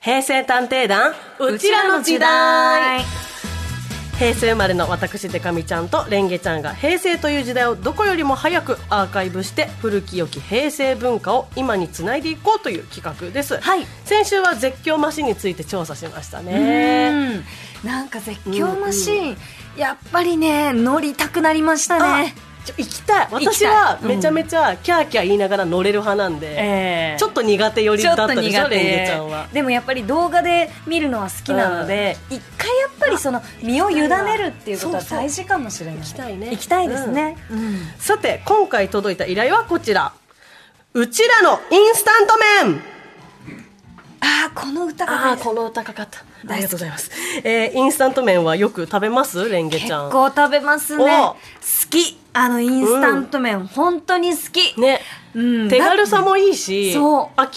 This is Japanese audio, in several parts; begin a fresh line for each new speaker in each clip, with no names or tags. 平成探偵団うちらの時代平成生まれの私デカミちゃんとレンゲちゃんが平成という時代をどこよりも早くアーカイブして古き良き平成文化を今につないでいこうという企画です、
はい
先週は絶叫マシンについて調査しましたね
うんなんか絶叫マシーン、やっぱりね乗りたくなりましたね
ちょ行きたい
きたい
私は
うん
めちゃめちゃキャーキャー言いながら乗れる派なんで、
え
ちょっと苦手寄り
ちょ
だっ
っ
た
と
でしょ
苦
レンゲちゃんは
手でもやっぱり動画で見るのは好きなので、一回やっぱりその身を委ねるっていうことは
そうそう
大事かもしれない
行きたいね
行きたいですね、うん
さて今回届いた依頼はこちらうちらのインスタント麺
ああこの歌
あ
が
あ
ね
この歌かかった
大好き
ありがとうございます、えー、インスタント麺はよく食べますレンゲ
結
ちゃん
構食べますね
お
好きあのインスタント麺、本当に好き、
ね、
うん
手軽さもいいし
そう
明らか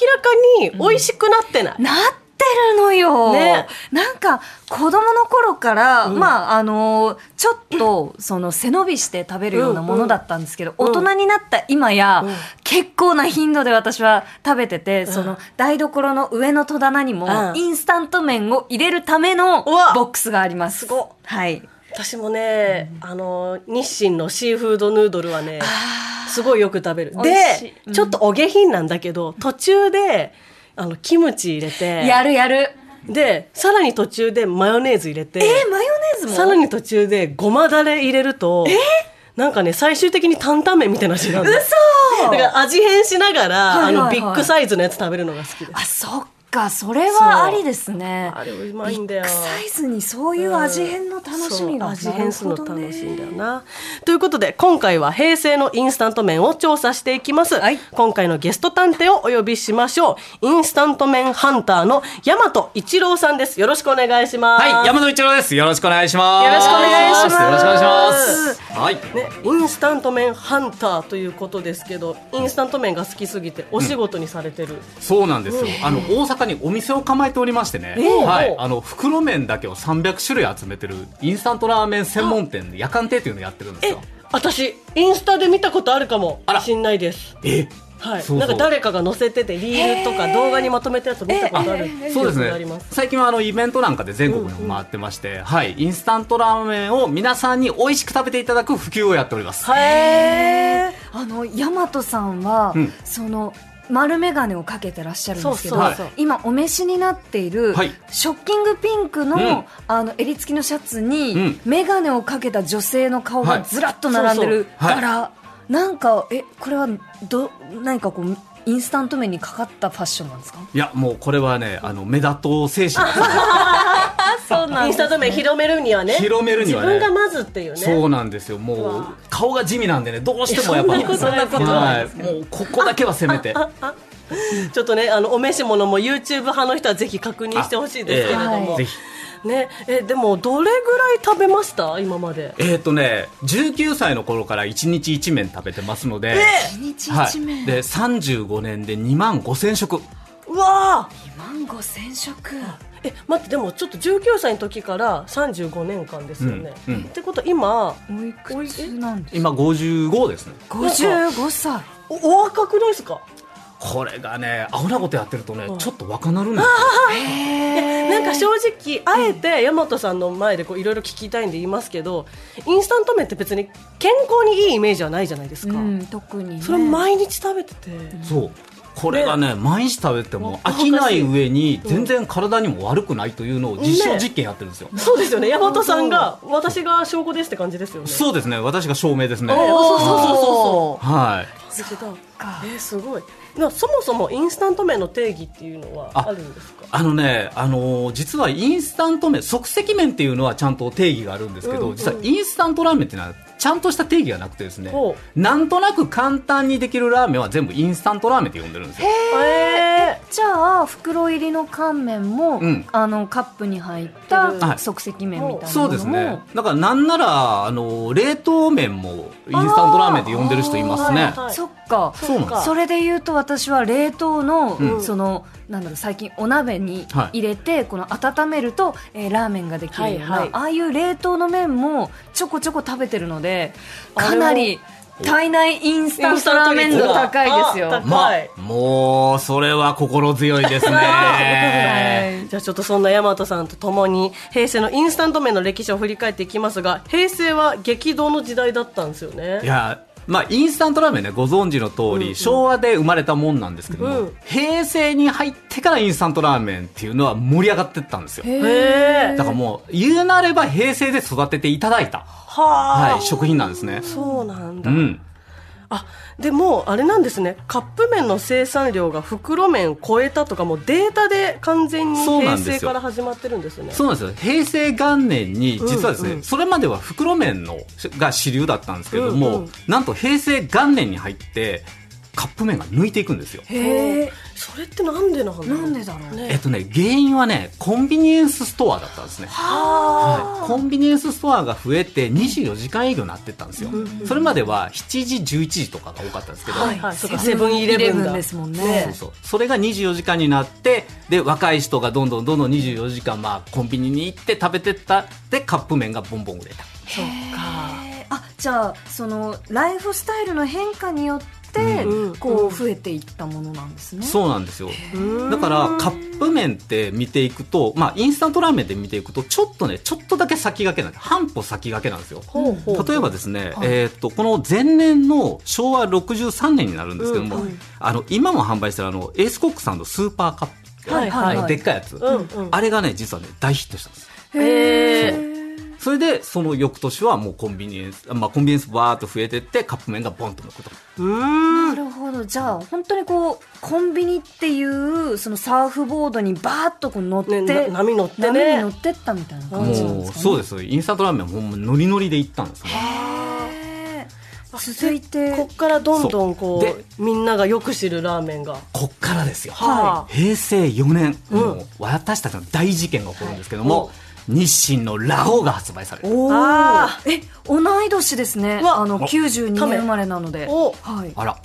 に美味しくなってない、
なってるのよ、
ね
なんか子供の頃から、まああのちょっとその背伸びして食べるようなものだったんですけど、
うんうん
大人になった今や、
うん
結構な頻度で私は食べてて、その台所の上の戸棚にも、
うん
インスタント麺を入れるための
うわ
ボックスがあります。
すごっ
はい
私もね、あの日清のシーフードヌードルはねすごいよく食べる
美味しい
で、
うん
ちょっとお下品なんだけど途中であのキムチ入れて
やるやる
でさらに途中でマヨネーズ入れて、
えー、マヨネーズも
さらに途中でごまだれ入れると、なんかね最終的に担々麺みたいな味なんですだ
嘘
から味変しながら、
はいはいはい
あのビッグサイズのやつ食べるのが好きです
あそっかそれはありですね
あれうまいんだよ
ビッグサイズにそういう味変の楽しみが、
そう味変するの
なるほどね
楽しいんだよな、ということで今回は平成のインスタント麺を調査していきます、
はい
今回のゲスト探偵をお呼びしましょうインスタント麺ハンターの大和一郎さんですよろしくお願いします
はい、山野一郎です。よろしくお願いします。
よろしくお願いします
よろしくお願いします。はい。
ね、インスタント麺ハンターということですけどインスタント麺が好きすぎてお仕事にされてる、
そうなんですよ。あの大阪にお店を構えておりましてね。
おう
はい。あの袋麺だけを300種類集めてるインスタントラーメン専門店で夜間亭というのをやってるんです
え
よ。
私インスタで見たことあるかも
あら
しんないです
え、
はい
そうそう
なんか誰かが載せててリールとか動画にまとめたやつ見たことある
そうです
記憶がありま
ね
す
最近はあのイベントなんかで全国にも回ってまして、はい、インスタントラーメンを皆さんに美味しく食べていただく普及をやっております、
へ
あの大和さんは、
うん
その丸眼鏡をかけてらっしゃるんですけど
そう
そうそう
今お召しになっている、
はい
ショッキングピンクの,、
うん
あの襟付きのシャツに、
うん
眼鏡をかけた女性の顔
は
が
い
ずらっと並んでる
そうそう
柄、なんかえこれはど何かこうインスタント面にかかったファッションなんですか
いやもうこれはねあの目立とう精神ですね
そう
インスタント麺広めるにはね
広めるにはね
自分がまずっていうね
そうなんですよもう顔が地味なんでねどうしてもやっぱ
いやそんなことな
はいい、もうここだけはせ めて
ちょっとねあのお召し物も YouTube 派の人はぜひ確認してほしいですけれど
あええ
も、
ぜひ
ねえでもどれぐらい食べました今まで
えっ、とね19歳の頃から1日1麺食べてますので、
一日
は
一面、
い、で35年で2万5000食
うわー
2万5000食
え待ってでもちょっと19歳の時から35年間ですよね、
うんうん
ってことは今
おいくつなんです
今55ですね
55歳
おお若くないですか
これがねアホなことやってるとね、ちょっと若なるんですよ
なんか正直あえて大和さんの前でこういろいろ聞きたいんで言いますけどインスタント麺って別に健康にいいイメージはないじゃないですか、
うん、特に、ね、
それ毎日食べてて、
そうこれがね毎日食べても飽きない上に全然体にも悪くないというのを実証実験やってるんですよ、
そうですよね大和さんが私が証拠ですって感じですよね
そうですね私が証明ですね
おーそうそうそう
そ
はい
そうだ
か
えーすごいなそもそもインスタント麺の定義っていうのは
あ
あるんですか
あのね、あのー実はインスタント麺、即席麺っていうのはちゃんと定義があるんですけど、
うんうん
実はインスタントラーメンっていうのはちゃんとした定義がなくてですね
ほ、
なんとなく簡単にできるラーメンは全部インスタントラーメンって呼んでるんですよ。
え
じゃあ袋入りの乾麺も、
うん
あのカップに入った
うん
はい
即席麺みたいなのも、
そうですね。だからなんなら、あのー冷凍麺もインスタントラーメンって呼んでる人います
あ
ね
ー。はい
そっか
ー、
そうなんです
それで言うと私は冷凍の、
うん
そのなんだろう最近お鍋に
はい
入れて、この温めると、えーラーメンができるような、
はいはい
ああいう冷凍の麺もちょこちょこ食べてるので
あれは
かなり体内インスタントラーメン度高いですよ
あ。高
ま
はい、
もうそれは心強 いです
は
ね。
じゃあちょっとそんな大和さんと共に平成のインスタント麺の歴史を振り返っていきますが平成は激動の時代だったんですよ
い
ね
やまあ、インスタントラーメンねご存知の通り、昭和で生まれたもんなんですけども、
うん
平成に入ってからインスタントラーメンっていうのは盛り上がってったんですよ
へ
へえ
だからもう言うなれば平成で育てていただいた、
はあ、
はい、食品なんですね
そうなん
う
だ、
ん
あでもあれなんですねカップ麺の生産量が袋麺を超えたとかもうデータで完全に
そうな
平
んですよ
成から始まってるんですね
そうなんですよ平成元年に実はですね、
うんうん
それまでは袋麺のが主流だったんですけれども、
うんうん
なんと平成元年に入ってカップ麺が抜いていくんですよ
へえ。
それってなんでなんだろう
なんでだろう
ね
えっとね原因はねコンビニエンスストアだったんですねはい、コンビニエンスストアが増えて24時間営業になってったんですよ、それまでは7時11時とかが多かったんですけど、
はいはいそうかセブンイレブンだ
ですもん
そう
ね。
そうそれが24時間になってで若い人がどんどんどんどん24時間、まあ、コンビニに行って食べてったでカップ麺がボンボン売れた
そうか
へえあじゃあそのライフスタイルの変化によって、
うん
こう増えていったものなんですね。
そうなんですよ
うん
だからカップ麺って見ていくと、まあ、インスタントラーメンで見ていくとちょっとねちょっとだけ先駆けなんです半歩先駆けなんですよ
ほうほう
例えばですね、
はい
えーっとこの前年の昭和63年になるんですけども、
うんうん
あの今も販売してるあのエースコックさんのスーパーカップ、
はいはい
あのでっかいやつ、
うんうん
あれがね実はね大ヒットしたんです
へえ
それでその翌年はもうコンビニエンス、まあ、コンビニエンスバーっと増えてってカップ麺がボンと抜くと
うー
なんるほどじゃあ本当にこうコンビニっていうそのサーフボードにバーッとこう乗って、
ねな波乗ってね
波に乗ってったみたいな感じなん
も
です
う
か、ね、
そうですよインスタントラーメンもノリノリで行ったんですね
へー続いて
こっからどんどんこ
そう
うみんながよく知るラーメンが
こっからですよ、
は
平成4年、
うん
もう私たちの大事件が起こるんですけども、日清のラオウが発売される
お
あ
ーえ同い年ですね
うわ
あの
お
92
ため
年生まれなので
お
はい
あら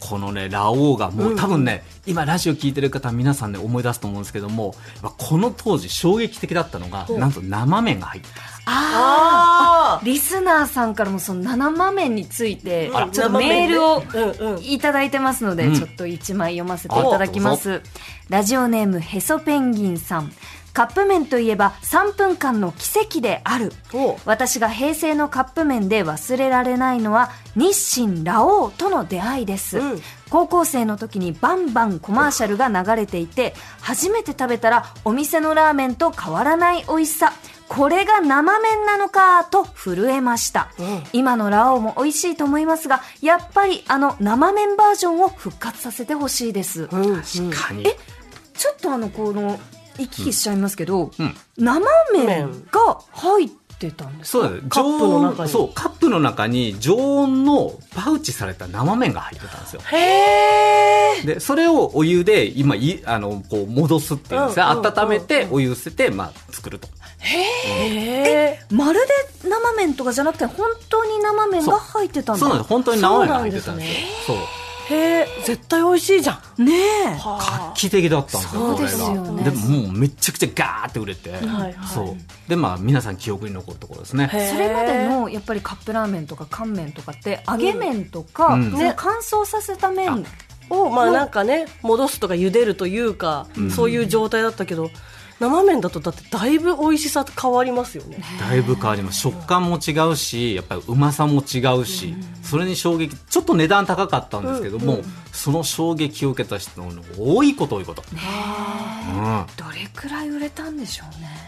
このねラオウがもう多分ね、今ラジオ聞いてる方皆さんね思い出すと思うんですけどもまあこの当時衝撃的だったのが、
うん
なんと生麺が入ってた
あ
あ
ーリスナーさんからもその7豆について
あら
ちょっとメールを
うんうん
いただいてますので、
うん
ちょっと一枚読ませていただきます。ラジオネームへそペンギンさん。カップ麺といえば3分間の奇跡である。
お
私が平成のカップ麺で忘れられないのは日清ラオウとの出会いです、
うん
高校生の時にバンバンコマーシャルが流れていて初めて食べたらお店のラーメンと変わらない美味しさこれが生麺なのかと震えました、
うん
今のラオウも美味しいと思いますがやっぱりあの生麺バージョンを復活させてほしいです、
うんうん
カニ
えちょっとあのこの行き来しちゃいますけど、
うん
生麺が入ってたんです
そうだね
カップの中に
常温そうカップの中に常温のパウチされた生麺が入ってたんですよ
へえ
でそれをお湯で今いあのこう戻すっていうんですね、
うんうんうん
温めてお湯捨てて、まあ、作ると
へえ
まるで生麺とかじゃなくて本当に生麺が入ってたん
そうなん
だ
です本当に生麺が入ってたんですよそう
へえ絶対美味しいじゃん
ねえ
は
画期的だったんですよ
そう
これ
で
が
すよね
でももうめちゃくちゃガーって売れて、
はいはい
そうでまあ皆さん記憶に残るところですね
へえ
それまでのやっぱりカップラーメンとか乾麺とかって揚げ麺とか、
うん
ね乾燥させた麺
をまあなんかね戻すとか茹でるというか
うん
そういう状態だったけど生麺だとだってだいぶ美味しさと変わりますよね
だいぶ変わります食感も違うしやっぱりうまさも違うし、それに衝撃ちょっと値段高かったんですけども、その衝撃を受けた人の多いこと多いこと、う
どれくらい売れたんでしょ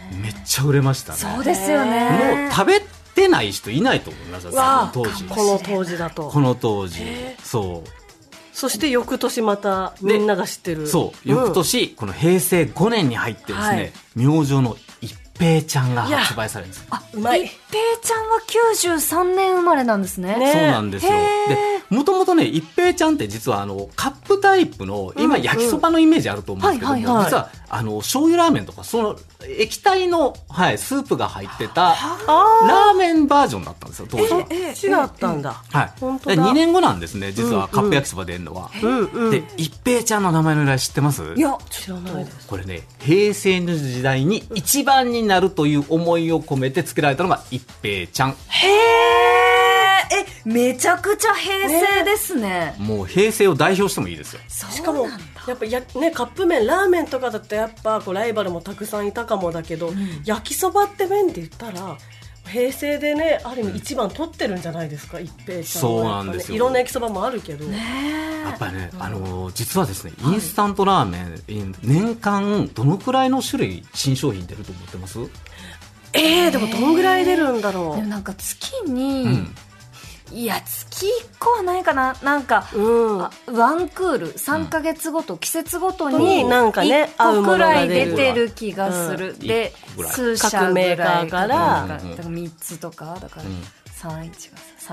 うね
ん、めっちゃ売れましたね
そうですよね
もう食べてない人いないと思いますよ
わあ
多分当時
この当時だと
この当時そう
そして翌年またみんなが知ってる
そう、翌年、この平成5年に入ってですね、
はい
明星の一平ちゃんが発売されるんです。
あ
うまい
一平ちゃんは93年生まれなんですね
ね
そうなんですよ。
へ
で、もともとね、一平ちゃんって実はあの、カップタイプの、今
うん
焼きそばのイメージあると思うんですけども、
はいはいはい
実は、あの、醤油ラーメンとか、その、液体の、はい、スープが入ってた、
あ
ラーメンバージョンだったんですよ、当時は。
あ違ったんだ
はい。
本当だ
2年後なんですね、実
うんう
は
ん
カップ焼きそば出るのは。
うんうん
で、一平ちゃんの名前の由来知ってます
いや
知らないです
これね平成の時代に一番になるという思いを込めて作られたのが一平ちゃん
へえええめちゃくちゃ平成ですね
もう平成を代表してもいいですよ
しかもやっぱや、ね、カップ麺ラーメンとかだとやっぱこうライバルもたくさんいたかもだけど、焼きそばって麺で言ったら平成でねある意味一番取ってるんじゃないですか一平ちゃんは
そうなんですよ
いろんな焼きそばもあるけど、
やっぱりね、あのー実はですねインスタントラーメン、年間どのくらいの種類新商品出ると思ってます、
えー、でもどんぐらい出るんだろ
でもなんか月
う
に
ん、
いや月1個はないかななんか
う、うん
あワンクール3か月ごと季節ごと
に
に
なんかね合うもの
1個く
が
らい
出
出
る
てる気がする
うん
で
一個ぐらい
数社
各メーカー
ぐ
から
いだ
うんうん
から3つとかだから
うん
31が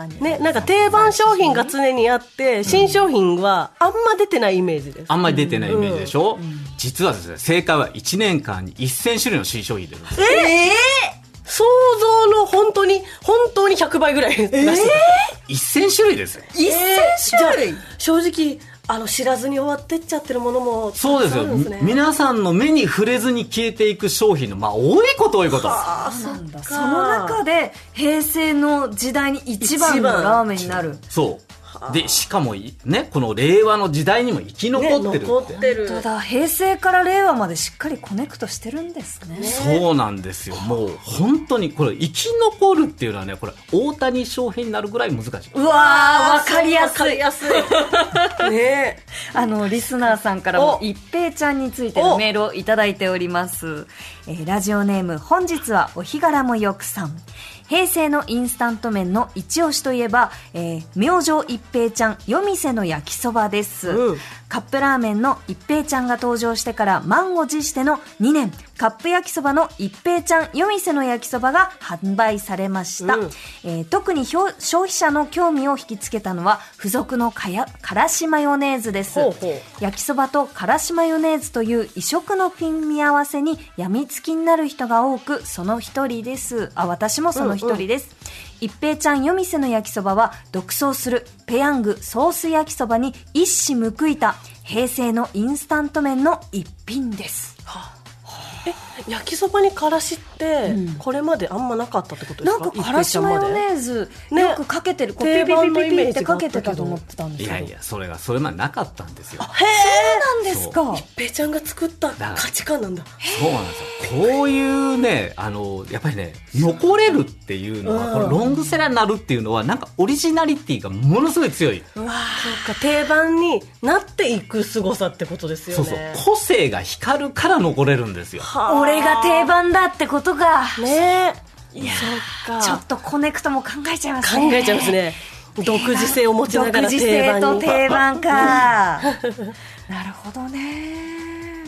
32
ね、なんか定番商品が常にあって新商品はあんま出てないイメージです
あんまり出てないイメージでしょ、実はですね正解は1年間に1000種類の新商品出るんですよ
え想像の本当に本当に100倍ぐらい出してる
1000種類ですよ
1000種類
じゃあ正直あの知らずに終わってっちゃってるものもたくさん
そうですよ
あるんね
皆さんの目に触れずに消えていく商品のまあ多いこと多いこと
あ
そうなん
っ
だ
か
その中で平成の時代に一番のラーメンになる
そうでしかもいねこの令和の時代にも生き残
ね
ってる
残
って、
ってる
ただ平成から令和までしっかりコネクトしてるんですね
そうなんですよもう本当にこれ生き残るっていうのはねこれ大谷翔平になるぐらい難しい、
うわーわかりやす
わか
い
りやすいね
あのリスナーさんからも
お
一平ちゃんについてのメールをいただいております、えーラジオネーム本日はお日柄もよくさん平成のインスタント麺の一押しといえば、えー明星一平ちゃん夜店の焼きそばです、
うん
カップラーメンの一平ちゃんが登場してから満を持しての2年カップ焼きそばの一平ちゃん夜店の焼きそばが販売されました、
うん
えー特にひょう消費者の興味を引きつけたのは付属のかやからしマヨネーズです
ほうほ
焼きそばとからしマヨネーズという異色の組み合わせにやみつきになる人が多くその一人ですあ私もその一人です、一平ちゃん夜店の焼きそばは独走するペヤングソース焼きそばに一矢報いた平成のインスタント麺の一品です
う焼きそばにからしって
うん
これまであんまなかったってことで
な
す
ん
か
かからしマヨネーズ
ね
よくかけてる、こうピピ
定
ピ
番の
ピ
イ
ピ
メージがあっ
っ
てたけど
かけてたと思ってたんです
い
けど
やいやそれがそれまでなかったんですよ
へえ
そうなんですか
ペイちゃんが作った価値観なんだ
そうなんですよ。こういうね、あの、やっぱりね、残れるっていうのは、
うん
このロングセラーになるっていうのは、なんかオリジナリティがものすごい強い。
うわそうか定番になっていく凄さってことですよ
そう
ね
そう。個性が光るから残れるんですよ。
はあ
俺が定番だってことか
ねえいや
ち
そ
ょ
っ
っとコネクトも考えちゃいます
か
ね
考えちゃいますね独自性を持ちながら
独自
定
性
番
と
に
定番か なるほどね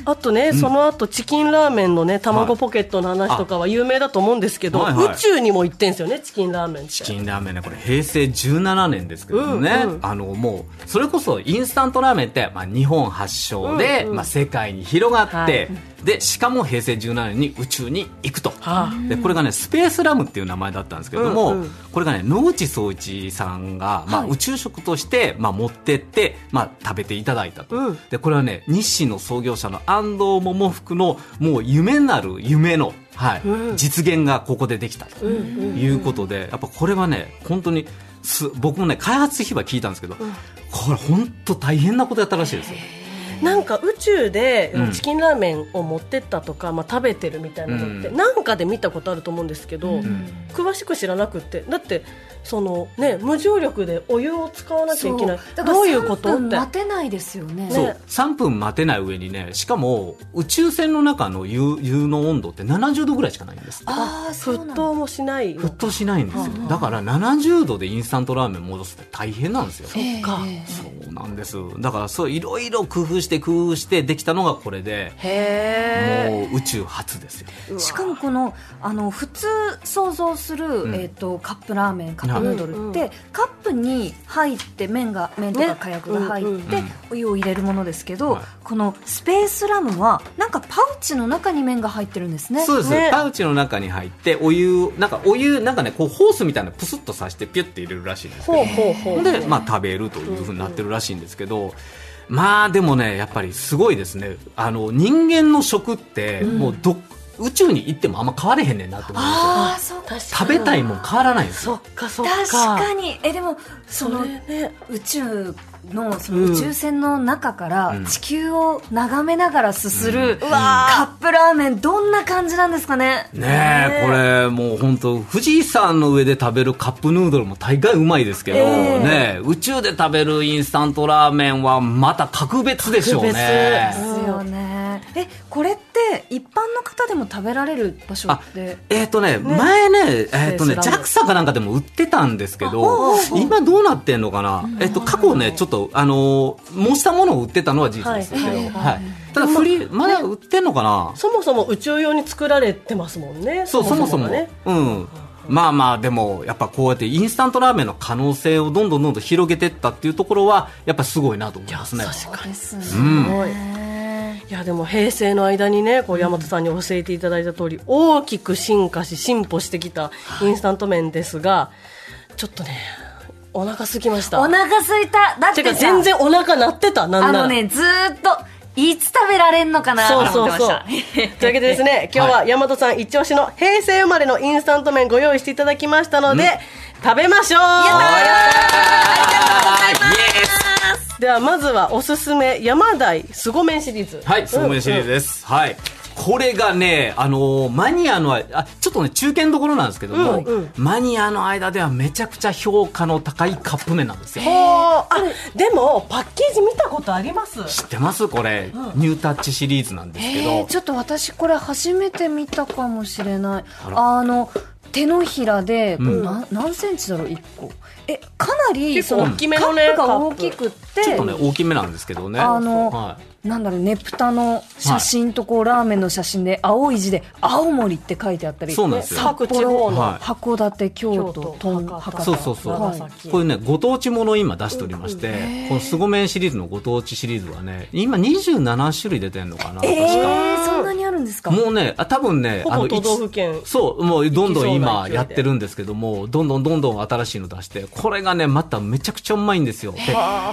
あとね、その後チキンラーメンのね卵ポケットの話とかは有名だと思うんですけど、
はいはい
宇宙にも行ってんすよねチキンラーメンって
チキンラーメンね、これ平成17年ですけどもね、
うんうん
あの、もう、それこそインスタントラーメンって、まあ、日本発祥で、
うんうん
まあ、世界に広がって、
はい
で、しかも平成17年に宇宙に行くと。
は
でこれがねスペースラムっていう名前だったんですけども、
うんうん
これがね野口聡一さんが、まあ、
はい
宇宙食として、まあ、持ってって、まあ、食べていただいたと、
うん
でこれはね日清の創業者の安藤桃福のもう夢なる夢の、はい
うん
実現がここでできたと
あうんうん
いうことで、やっぱこれはね本当にす僕もね開発費は聞いたんですけど、これ本当大変なことやったらしいですよ。
なんか宇宙で
うん
チキンラーメンを持ってったとか、まあ、食べてるみたいなのって、
うん
なんかで見たことあると思うんですけど、
ん
詳しく知らなくてだってその、ね、無重力でお湯を使わなきゃいけない
だから
どういうこと
3
っ
分
て
待てないですよね
そう
ね
3分待てない上にねしかも宇宙船の中の湯湯の温度って70度ぐらいしかないんです
ああそうなん
沸
だ
騰もしない
沸騰しないんですよだから70度でインスタントラーメン戻すって大変なんですよ
そっか、
ええ
そうなんですだからそういろいろ工夫して工夫してできたのがこれで
へえ
もう宇宙初ですよ
しかもこのあの普通想像する、
ん
えー、とカップラーメンカップヌードルって、
は
カップに入って麺が麺とか
ね
火薬が入って、
うん
うん
お湯を入れるものですけど、
はい
このスペースラムはなんかパウチの中に麺が入ってるんですね。
そうです、
ね
パウチの中に入ってお湯なんかお湯なんかねこうホースみたいなのプスッと刺してピュッて入れるらしいんですけ
ほ
ど
うほうほう
で、まあ、食べるというふうになってるらしいんですけど、まあでもねやっぱりすごいですねあの人間の食ってもうど、宇宙に行ってもあんま変われへんねんなって思うんですよ
ああそうか
確か
食べたいもん変わらないんです
そ
よ
っかそっか
確かにえでもそ
そ
の
れね
宇宙のそ
うん
の宇宙船の中か
う
ら
ん
地球を眺めながらすする
うわー
カップラーメンどんな感じなんですかね
ね
ねえ
えこれもう本当富士山の上で食べるカップヌードルも大概うまいですけど、
ええ
ねえ宇宙で食べるインスタントラーメンはまた格別でしょう
格
で
別
ね。
すよねえこれって一般の方でも食べられる場所って
えっ、とね前ねえっ、とね
スラム
JAXA かなんかでも売ってたんですけど今どうなってんのかな、えっと過去ねちょっとあのー模したものを売ってたのは事実ですけど、
は
はいい
はい
ただフリーまだ売ってんのかな、
そもそも宇宙用に作られてますもんね
そうそもそも
がね
うんまあまあでもやっぱこうやってインスタントラーメンの可能性をどんどんどんどん広げてったっていうところはやっぱすごいなと思いますね
確かに
です
うん
すごい
ね
いやでも平成の間にねこう大和さんに教えていただいた通り、大きく進化し進歩してきたインスタント麺ですがちょっとねお腹空きました
お腹すいただってて
か
さ
全然お腹鳴ってたなん
あ
なら
のねずーっといつ食べられんのかなと
そう
思って
そう
ま
そ
し
う
た
というわけでですね今日は大和さん一押しの平成生まれのインスタント麺ご用意していただきましたので、食べましょうではまずはおすすめ山台すご麺シリーズ
はい、そうめんシリーズです。はい。これがね、あのーマニアのあ、あちょっとね、中堅どころなんですけども、
うんうん
マニアの間ではめちゃくちゃ評価の高いカップ麺なんですよ。
ほーあでもパッケージ見たことあります
知ってますこれ、ニュータッチシリーズなんですけ
えー、
ど。
ちょっと私これ初めて見たかもしれない
あ
あの手のひらで、
ん
な何センチだろう1個えかなり
結構
その
大きめのね
カ
カ
ップが
ップ
大きくって
ちょっとね、大きめなんですけどね。
あの
は
なんだろうねぷたの写真とこう、ラーメンの写真で青い字で「青森」って書いてあった
い。
り
そうなんですよ。
各地方の、
はい
函館京
京
都
都
とん
博
博
多
多
そうそうそう、
長崎
こういうねご当地ものを今出しておりまして、このすご麺シリーズのご当地シリーズはね今27種類出てんのかな、
え
確
ー、そんなにあるんですか
かもうねあ多分ね
ほ
あ
ぼ
の
都道府
一
県
そうもうどんどん
行きそうな
今
勢いで
やってるんですけどもどんどんどんどん新しいの出してこれがねまためちゃくちゃうまいんですよで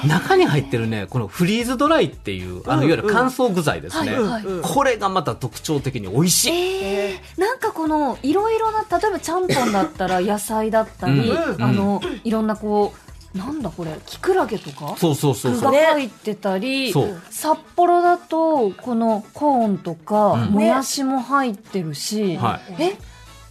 中に入ってるねこのフリーズドライっていうあのいわゆる乾燥具材ですね、
はいはい
これがまた特徴的に美味しい、
えー、なんかこのいろいろな例えばちゃんぽんだったら 野菜だったり、
うん
あのいろんなこうなんだこれきくらげとか
そうそうそう
具
そ
が
う
入ってたり、
そう
札幌だとこのコーンとか、
うん
もやしも入ってるし、
は
え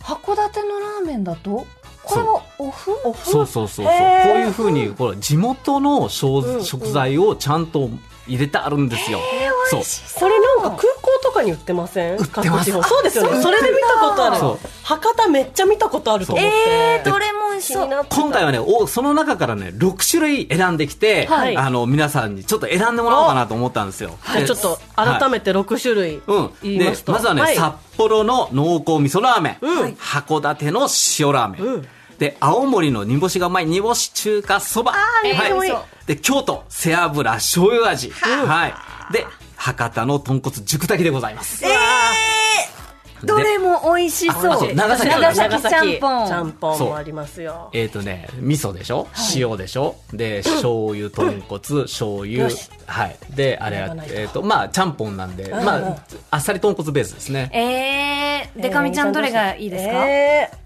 函館のラーメンだとこれはお麩
お
そうそうそうそう、
へー
こういうふうにほら地元の小
うんうん
食材をちゃんと入れてあるんですよ。そう
これなんか空港とかに売ってません売
ってます
そうですよねそれで見たことある
そう
博多めっちゃ見たことあると思って
えー、どれも美味し
気
そ
に
う
なってた
今回はねおその中からね6種類選んできて、
はい
あの皆さんにちょっと選んでもらおうかなと思ったんですよ。
じゃあちょっと改
め
めて6種類
うん、
言い
で
ますと、
ずはね、
い
札幌の濃厚味噌ラーメン、
うん
函館の塩ラーメン、
うん
で青森の煮干しがうまい煮干し中華そば、
ー
は
えー美味し
い
そう、
で京都背脂醤油味、はい、で博多の豚骨熟炊きでございます。で
どれも美味しそう
あそう長崎
長崎ちゃんぽん
ちゃんぽんもありますよ
えっ、とね、味噌でしょ、塩でしょで、醤油、豚骨、醤油
よし。
はい。で、あれ
これがない、と
えっ、と、まあ、ちゃんぽんなんで、
ん
まあ、あっさり豚骨ベースですね。
えー、でかみちゃんどれがいいですか、
えー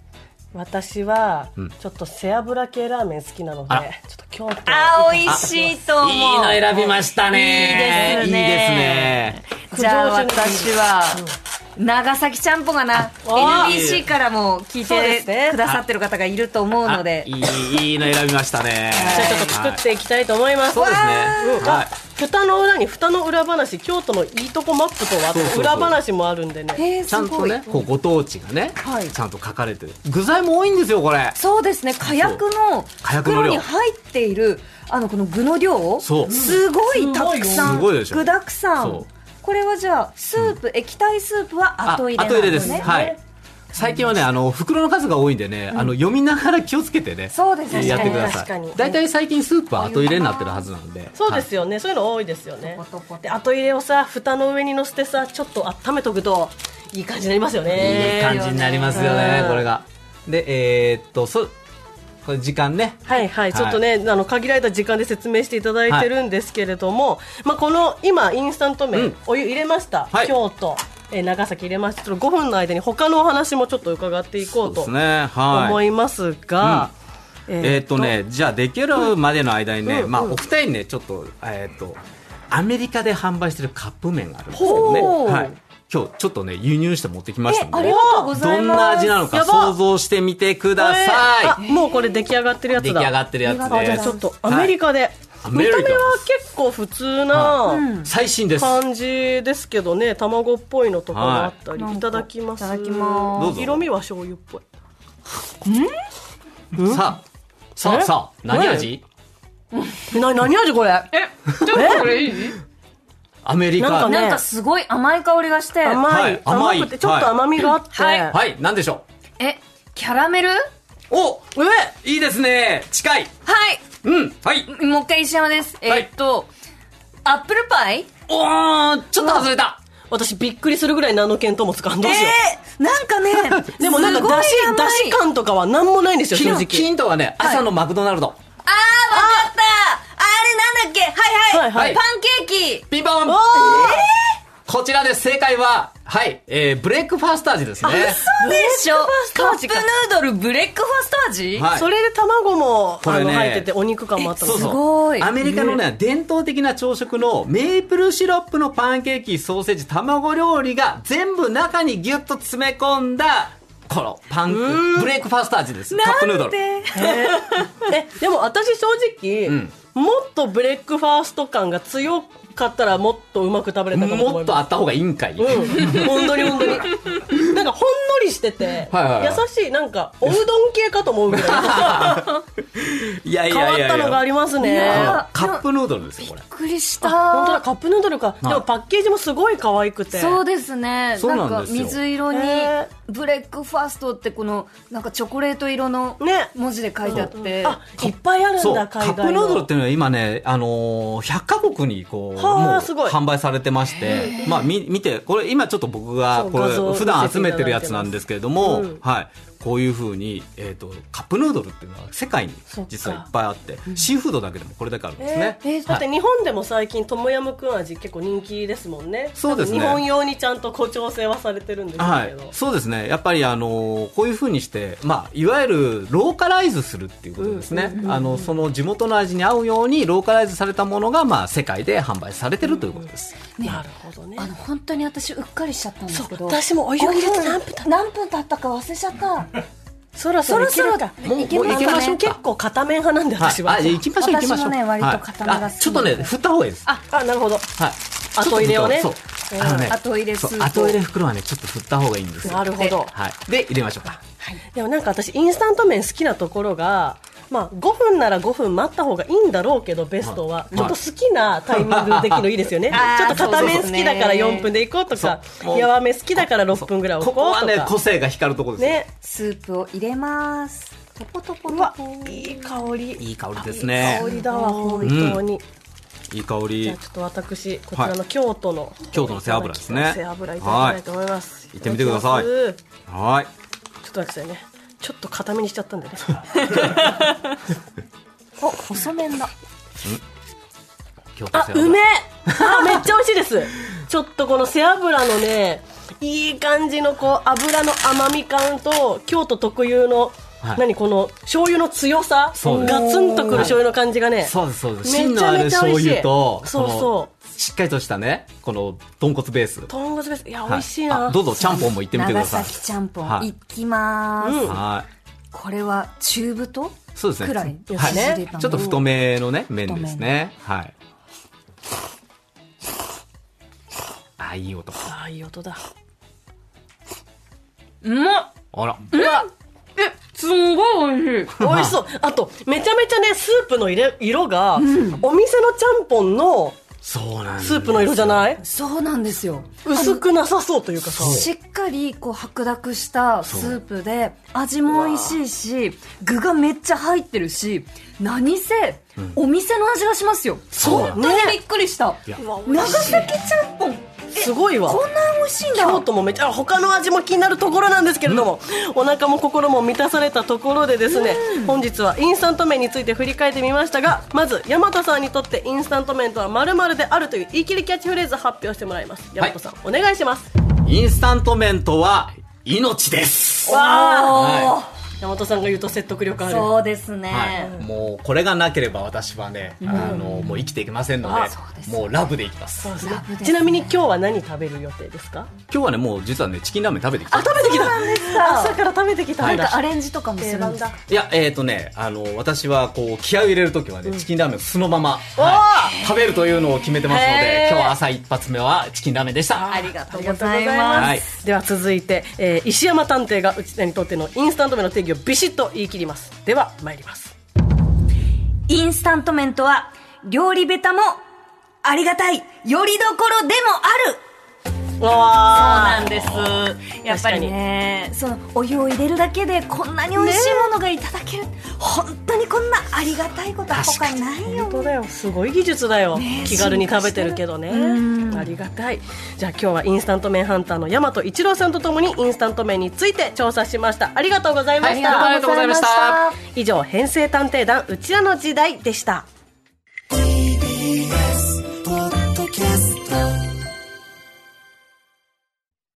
私は
うん
ちょっと背脂系ラーメン好きなので
あら
ちょっと京都
あー美味しいと思う
いいの選びましたね。
いいですね
いいですね
じゃあ私は長崎ちゃんぽんがな
あ
NBC からも聞い
そうですね
てくださってる方がいると思うので
あいい、いいの選びましたね。
じゃあちょっと作っていきたいと思います、
そうですね。はい。
蓋の裏に蓋の裏話京都のいいとこマップとはあって
そうそうそう
裏話もあるんでね
えー、
ちゃ
す
んと
ごい
ね、こうご当地がね、
はい
ちゃんと書かれてる。具材も多いんですよ、これ。
そうですね火薬の
火薬の量
袋に入っているあのこの具の量
そう
すごいたくさ
す
ん
ごいでしょ
具だくさ
そうん
これはじゃあスープ、液体スープは後入れ
あ後入れです、
なんね
はい最近はねあの袋の数が多いんでね、あの読みながら気をつけてね
そうですね
やってくださ
確かに
い大体最近スープは後入れになってるはずなんで
そうです
よ、
よね、そういうの多いですよね
トコトコ
で後入れをさ蓋の上に乗せてさちょっと温めとくといい感じになりますよ
はい、いい
ね
感じになりますよね、
うん
これがでえーっとそこれ時間ね
はいはい、
い
ちょっとねあの限られた時間で説明していただいてるんですけれども、まあ、この今インスタント麺、
うん
お湯入れました、
はい
京都えー長崎入れましてちょっと5分の間に他のお話もちょっと伺っていこうと
そうですねはい
思いますが、
えーっとね、じゃあできるまでの間にね、
うん
まあ、
うん
お二人にねちょっと,、えーっとアメリカで販売してるカップ麺があるんですけどね、
ほう
はい、今日ちょっとね輸入して持ってきました
あ
の
り
で
がとうござい
どん
ます
な味なの
や
か
ば
想像してみてくださ
あもうこれ出来上がってるや
い出
つ
来上が
だ
ってるやつ
あ
じゃ
で
あ
す
ちょっとアメリカで、
ア
見
メリカ
た
です
目は結構普通
は
な
最新です
感じですけどね卵っぽいのとかがあったり、
はい
い、ただきます
いただきます
どうぞ
色味は醤油っぽい
さあさあ
え
さあ何味
えな何味これ
え、ちょっとこれいい
アメリ
なん
カ
かね
なんかすごい甘い香りがして。
甘い、
はい甘い
くてちょっと甘みがあって、
はい
え
はい何でしょ
え、キャラメルは
うおいいですね近いうんはい
い。もう一回石山です。え
はい
ーっと、アップルパイ
おーちょっと外れた
私びっくりするぐらいナノケンともつかんどうしよ
えーなんかね
う、でもなんか
すごい
だし
甘い
だし感とかは何もないんですよ
ヒ
正
ン
直
ヒントはね朝のマクドナルド
あー、わかったあれなんだっけはい
は
はいい
はい
パンケーキ
ピンポンこちらです。正解は、はい、えー、ブレックファースト味ですね。
でしょカッ
味
プ
か
ヌードルブレックファースト味
はい
それで卵も、
こ
あ
れ
の
ね
入っててお肉感もあったの
そうそう
すごい
アメリカのね、伝統的な朝食のメープルシロップのパンケーキ、ソーセージ、卵料理が全部中にギュッと詰め込んだ、このパン、ブレックファースト味です。カップヌードル。
で
えでも私正直、
ん
もっとブレックファースト感が強かったらもっとうまく食べれたかも
もっとあった方がいいんかい。
うん、本当に本当に なんかほんのりしてて
はいはいはい
優しいなんかおうどん系かと思う ぐら
いや
い
い
変わ
や
っ
いやいや。
たのがありますね
あのカップヌードルですよ、これ。
びっくりした
本当だカップヌードルかでもパッケージもすごい可愛くて
そうですね
そうなん
か
ですよ
水色に
へー
ブレックファーストってこのなんかチョコレート色の
ね
文字で書いてあって
あいっぱいあるん
そう
だ
カ
海
ッ
外
プヌ
の
ードルっていうのは今ね、あのー100カ国にこう、
はあ
もう
すごい
販売されてまして、まあみ見て、これ今ちょっと僕が
そう
こ
画像を
れ
見せ
普
ていただいてま
段
す
集めてるやつなんですけれども、
うん
はい。こういうふうに、えっ、と、カップヌードルっていうのは世界に実はいっぱいあって、シーフードだけでもこれだけあるんですね。
えーえー
だっ
はい
て日本でも最近トムヤムクン味結構人気ですもんね
そうですね
多分日本用にちゃんとこう調整はされてるんです
は
け
い
ど、、
そうですね、やっぱり、あのこういうふうにして、まあ、いわゆるローカライズするっていうことですね、あのその地元の味に合うようにローカライズされたものが、まあ、世界で販売されてるということです。
なるほどね
あの本当に私うっかりしちゃったんですけど
私もお湯を入れて何分
た何分経ったか忘れちゃった
そろそろいけるか
そろそろもう
いけます
もういけましょうか
結構片面派なんで
はい、
私は、
あ、行きましょう、行きましょ
私も
う。
ね割と固めが好き
はいあちょっとね、振った方がいいです。
あ
あなるほど
はい。
後入れをね
そう。あのね、
後入れスー
そう
プ
後入れ袋はね、ちょっと振った方がいいんですよ
な。るほど
はい。で、入れましょうか。
でもなんか私インスタント麺好きなところがまあ、5分なら5分待った方がいいんだろうけどベストは、
はい
ちょっと好きなタイミングできるのいいですよ ね
あー
ちょっと片面好きだから
そうですね
4分でいこうとか
そうもう
やわめ好きだから6分ぐらい置
こ
こ
こ
う
は
と
ね、個
か
性が光るところですよ。
ね
スープを入れますトポトポ
う
ト
わ
ポ
いい香り
いい香りですね
香。りだわ本当に、
いい香
じゃ
り
あち。ょっと私こちらの
はい
京都の、
京都の背脂ですね
背脂いただきたいと思います、
い行ってみてください
ただきます
はい。
ちょっと待ってくださいねちょっと固めにしちゃったんでね
お細麺だ
京都
あ
背脂
うめえあめっちゃ美味しいです ちょっとこの背脂のねいい感じのこう油の甘み感と京都特有の、
はい
何この醤油の強さ
そうです
ガツンとくる醤油の感じがね、
そうです、そうです。
め
芯
ち
の
ゃ
ある
めちゃ美
醤
味しい
油と、。
そうそう
しっかりとしたね、この豚骨ベース。はい
豚骨ですいや美味しいな、
あどうぞ、ちゃんぽんも行ってみてくだ
長
さい。
崎ちゃんぽん、
はい
い、きまーす、
うん
はい。
これは中太
そうですね。
くらい
は
ですね
縮れた
い。
の
ちょっと太めのね、麺ですね。はい。あ、いい音。
ああいい音 だ
うまっ
あら。
え、すんごい美味しい。
美味しそうあとめちゃめちゃねスープの入れ色が、お店のちゃんぽんの
そうなんです
スープの色じゃないい
そうなんですよ
薄くなさそうというかさ
しっかりこう白濁したスープで味も美味しいし具がめっちゃ入ってるし何せお店の味がしますよ、
そう
本当にびっくりした、
いや
長崎ちゃんぽん
すごいわ
こんな美味しいんだ
京都もめちゃ他の味も気になるところなんですけれども、お腹も心も満たされたところでですね、本日はインスタント麺について振り返ってみましたがまず大和さんにとってインスタント麺とはまるであるという言い切りキャッチフレーズ発表してもらいます大和さん、お願いします
インスタント麺とは命です
わあ、
山本さんが言うと説得力ある
そうですね、
はい、もうこれがなければ私はね、あのもう生きていけませんの
あ
で
そうです
もうラブでいきます
そうですね
ラブですね
ちなみに今日は何食べる予定ですか
今日はねもう実はねチキンラーメン食べてきた
食べてきた
さ
朝から食べてき
あ
た
なんんかア
だ
レンジとかもするんですか
いやえっ、ー、とねあの私はこう気合を入れる時はね、チキンラーメンをそのまま、はい食べるというのを決めてますの
へー
で今日は朝一発目はチキンラーメンでした
ありがとう
あり
ご
がとうご
ざ
ざ
い
い
ます
ま
はい
すでは続いて、えー石山探偵がうちにとってのインスタント麺の定義をビシッと言い切りますでは参ります
インスタント麺とは、料理ベタもありがたい、よりどころでもある
わあ
です。やっぱりね、そのお湯を入れるだけでこんなに美味しいものがいただける、本当にこんなありがたいことは他にないよ
本。当だよすごい技術だよ、
ね
気軽に食べてるけどね
うん
ありがたいじゃあ今日はインスタント麺ハンターの大和一郎さんとともにインスタント麺について調査しましたありがとうございました、
はいありがとうございました
以上編成探偵団うちらの時代でした